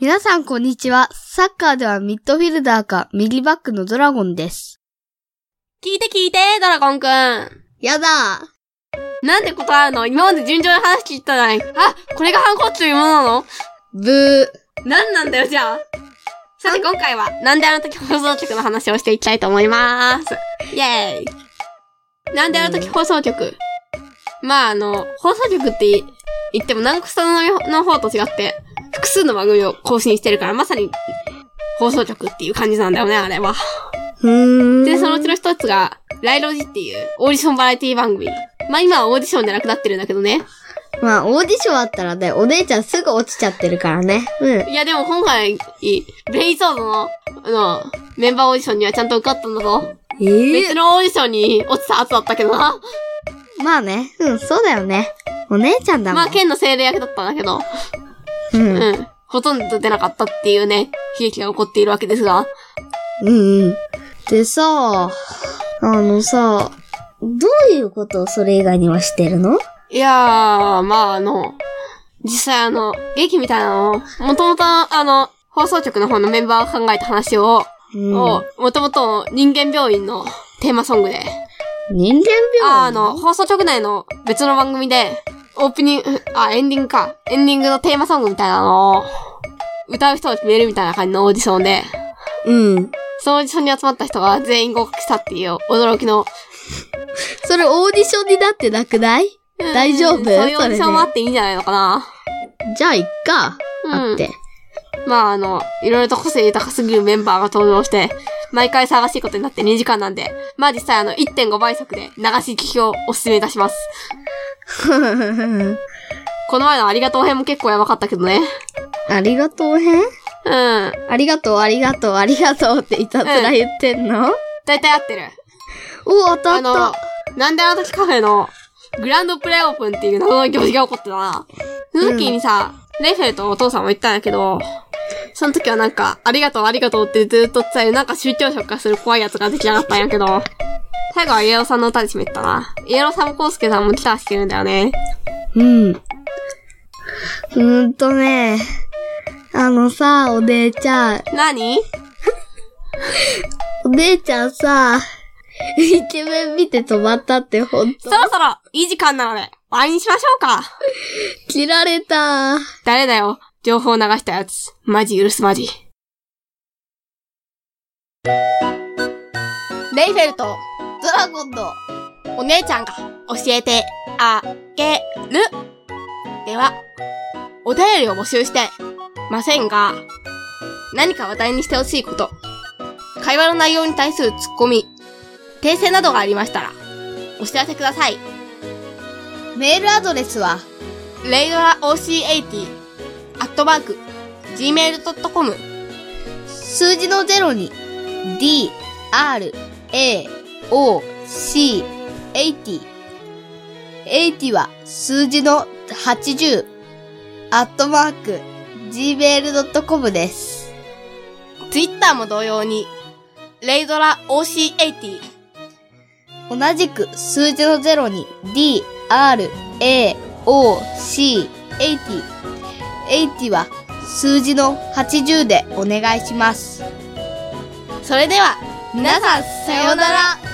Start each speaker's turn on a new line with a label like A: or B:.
A: 皆さんこんにちは。サッカーではミッドフィルダーか右バックのドラゴンです。
B: 聞いて聞いて、ドラゴンくん。
A: やだ
B: なんでここあるの今まで順調な話聞いたじゃない。あ、これが反抗期というものなの
A: ブー。
B: なんなんだよ、じゃあ。さて今回は、なんであの時放送局の話をしていきたいと思います。イェーイ。なんであの時放送局。まあ、あの、放送局って言っても、南国さんの方と違って、複数の番組を更新してるから、まさに、放送局っていう感じなんだよね、あれは。
A: うーん。
B: で、そのうちの一つが、ライロジっていうオーディションバラエティ番組。まあ今はオーディションじゃなくなってるんだけどね。
A: まあ、オーディションあったらね、お姉ちゃんすぐ落ちちゃってるからね。うん。
B: いやでも今回、ブレイソードの、あの、メンバーオーディションにはちゃんと受かったんだぞ。
A: え
B: 別のオーディションに落ちた後だったけどな。
A: まあね。うん、そうだよね。お姉ちゃんだも
B: ま
A: ん。
B: あ、剣の精霊役だったんだけど、
A: う。
B: うんん。ほとんど出なかったっていうね、悲劇が起こっているわけですが。
A: うんうん。でさ、あのさ、どういうことをそれ以外にはしてるの
B: いやー、まああの、実際あの、劇みたいなのを、もともとあの、放送局の方のメンバーが考えた話を、
A: う
B: を、もともと人間病院のテーマソングで、
A: 人間病
B: ああの、放送局内の別の番組で、オープニング、あ、エンディングか。エンディングのテーマソングみたいなのを、歌う人を決めるみたいな感じのオーディションで、
A: うん。
B: そのオーディションに集まった人が全員合格したっていう驚きの。
A: それオーディションになってなくない大丈夫
B: うんそういうオーデ
A: それ
B: ィ
A: で
B: ションもあっていいんじゃないのかな。
A: じゃあ、いっか。あ
B: う
A: っ
B: ん。
A: て。
B: まあ、あの、いろいろと個性豊かすぎるメンバーが登場して、毎回騒がしいことになって2時間なんで、まあ実際あの1.5倍速で流し聞きをお勧めいたします。この前のありがとう編も結構やばかったけどね。
A: ありがとう編
B: うん。
A: ありがとう、ありがとう、ありがとうっていたずら言ってんの、
B: 大体合ってる。
A: おお、当た
B: あ
A: っ
B: の
A: た。、
B: なんであの時カフェのグランドプレイオープンっていう謎の行事が起こってたな。その時にさ、レイフェルとお父さんも言ったんだけど、その時はなんか、ありがとうありがとうってずっと伝える、なんか宗教色化する怖いやつが出来上がったんやけど、最後はイエローさんの歌で締めてたな。イエローさんもコウスケさんもギター弾けるんだよね。
A: うん。うーんとね、あのさ、お姉ちゃん、
B: なに
A: お姉ちゃんさ、イケメン見て止まったってほん
B: そ
A: と。
B: ろそろ、いい時間なので、終わりにしましょうか。
A: 切られた。
B: 誰だよ。情報流したやつ。マジ許すマジ。レイフェルと
A: ドラゴンの。
B: お姉ちゃんが教えてあげる。では、お便りを募集してませんが、何か話題にしてほしいこと、会話の内容に対するツッコミ、訂正などがありましたら、お知らせください。
A: メールアドレスは、
B: レイドラ OC80、アットマーク、gmail.com、
A: 数字の0に、d, r, a, o, c, 80。80は数字の80。アットマーク、gmail.com です。
B: ツイッターも同様に、レイドラ OC80、
A: 同じく数字の0に、d, r, a, o, c, 80。80は数字の80でお願いします。
B: それでは、皆さん、さようなら。